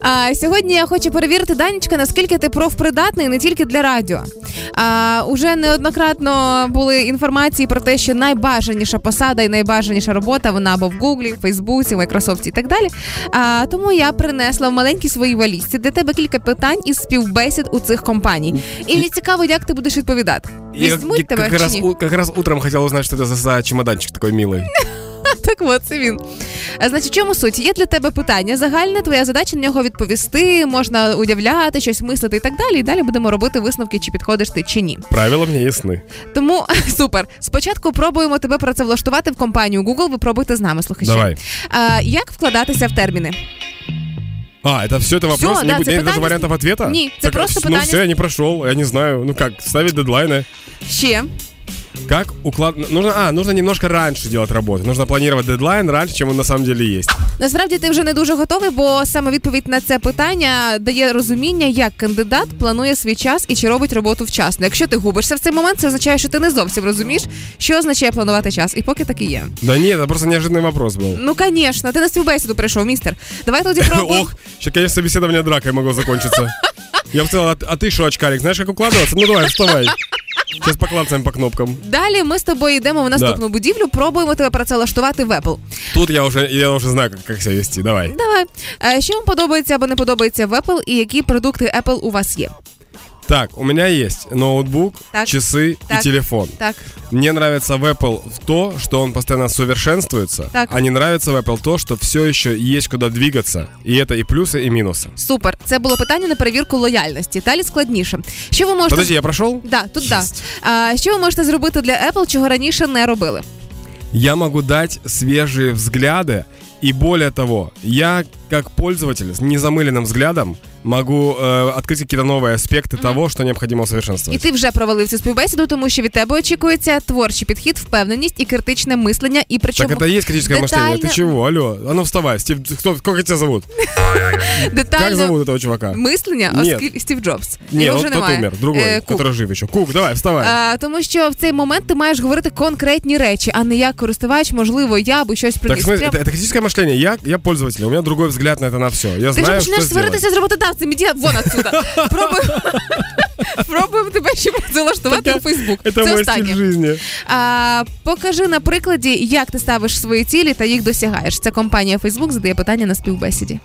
А, сьогодні я хочу перевірити Данічка, наскільки ти профпридатний не тільки для радіо. А, уже неоднократно були інформації про те, що найбажаніша посада і найбажаніша робота вона або в Гуглі, в Фейсбуці, в Майкрософті і так далі. А, тому я принесла в маленькій своїй валізці для тебе кілька питань із співбесід у цих компаній. І мені цікаво, як ти будеш відповідати. Я Візьмуть как, тебе как, раз, чи ні? у- как раз утром хотел узнать, что это за, за чемоданчик такой милый. Так от це він. А, Значить, в чому суть? Є для тебе питання загальне, твоя задача на нього відповісти, можна уявляти, щось мислити і так далі. І далі будемо робити висновки, чи підходиш ти чи ні. Правила мне ясны. Тому супер. Спочатку пробуємо тебе працевлаштувати в компанію Google. Ви пробуйте з нами, слухачі. Давай. А, як вкладатися в терміни? А, это все, это вопрос? Всё, не да, будет- це нет даже питання- вариантов ответа? Ні, це просто Ну питання- все, я не прошел, я не знаю. Ну как, ставить дедлайны. Ще Как уклад... Нужно, а, нужно немножко раньше делать работу. Нужно планировать дедлайн раньше, чем он на самом деле есть. насправді ти вже не дуже готовий, бо саме відповідь на це питання дає розуміння, як кандидат планує свій час і чи робить роботу вчасно. Якщо ти губишся в цей момент, це означає, що ти не зовсім розумієш, що означає планувати час, і поки так і є. Да нет, это просто неожиданный вопрос был. Ну, конечно, ти на співбесіду прийшов, містер. Давай тоді пробуємо. Ох, сейчас, конечно, собеседование дракой могло закончиться. Я бы сказал, а, а ты что, очкарик, знаешь, как укладываться? Ну давай, вставай. Сейчас поклацаем по кнопкам. Далі ми з тобою йдемо в наступну будівлю, пробуємо тебе працевлаштувати в Apple. Тут я уже, я уже знаю, как, как себя вести. Давай. Давай. Е, Що вам подобається або не подобається в Apple і які продукти Apple у вас є? Так, у меня есть ноутбук, Так. часы Так. и телефон. Так, Мне нравится в Apple в то, что он постоянно совершенствуется, Так. а не нравится в Apple то, что все еще есть куда двигаться. І это и плюсы, и минусы. супер. Це було питання на перевірку лояльності. Далі складніше. Що ви можете Подожди, я прошел? Да, тут да. Єсть. А, що ви можете зробити для Apple, чого раніше не робили? Я могу дать свежие взгляды, и более того, я как пользователь с незамыленным взглядом могу э, открыть какие-то новые аспекты того, что необходимо І усовершенствовать. ти вже провалив цю співбесіду, тому що від тебе очікується творчий підхід, впевненість і критичне мислення, і причому Так это и есть критическое мышление. Ты детально- чего? Алло, а ну вставай. Стив, кто, как тебя зовут? Как детально зовут этого чувака? мислення, Ні. оскільки Стів Джобс. Не, Його он вже тот немає. умер, другой, Е, Э, Кук. А, который жив еще. Кук, давай, вставай. Е, тому що в цей момент ти маєш говорити конкретні речі, а не як користувач, можливо, я би щось так, в приніс. смысле, Прям- это, это критическое мышление. Я, я пользователь, у меня другой взгляд на это на все. Я Ти вже знаю, что починаєш сделать. сваритися з роботодавцем, іди вон отсюда. Пробуємо Пробуємо тебе ще залаштувати у Фейсбук. Это Це мой стиль останнє. жизни. А, покажи на прикладі, як ти ставиш свої цілі та їх досягаєш. Це компанія Фейсбук задає питання на співбесіді.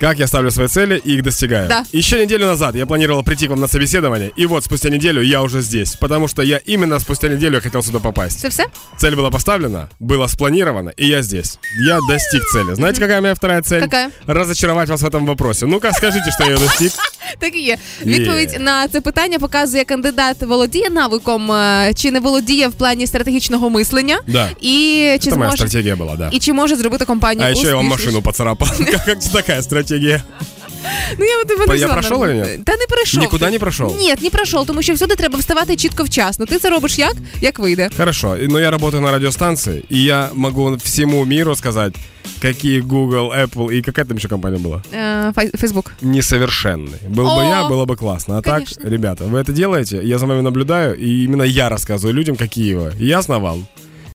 Как я ставлю свои цели и их достигаю. Да. Еще неделю назад я планировал прийти к вам на собеседование, и вот спустя неделю я уже здесь, потому что я именно спустя неделю хотел сюда попасть. Це все? Цель была поставлена, было спланировано, и я здесь. Я достиг цели. Знаете, какая моя вторая цель? Какая? Разочаровать вас в этом вопросе. Ну-ка, скажите, что я ее достиг. Так і є. Відповідь на це питання показує кандидат володіє навиком е, чи не володіє в плані стратегічного мислення. Да. І чи Это моя зможе стратегия была, да. і чи може зробити компанію А еще я вам успішніше? машину поцарапал. Как как тебе такая стратегія? Ну я тебе Я не знала. пройшов или ні? Та не пройшов. Нікуди Ти- не пройшов? Ні, не пройшов, тому що всюди треба вставати чітко вчасно. Ти це робиш як? Як вийде. Хорошо, и- но я работаю на радиостанции, и я могу всему миру сказать, какие Google, Apple и какая там еще компания была? Е, Фей- Фейсбук. Несовершенный. Был бы О, я, было бы классно. А конечно. так, ребята, вы это делаете, я за вами наблюдаю, и именно я рассказываю людям, какие вы. Ясно вам?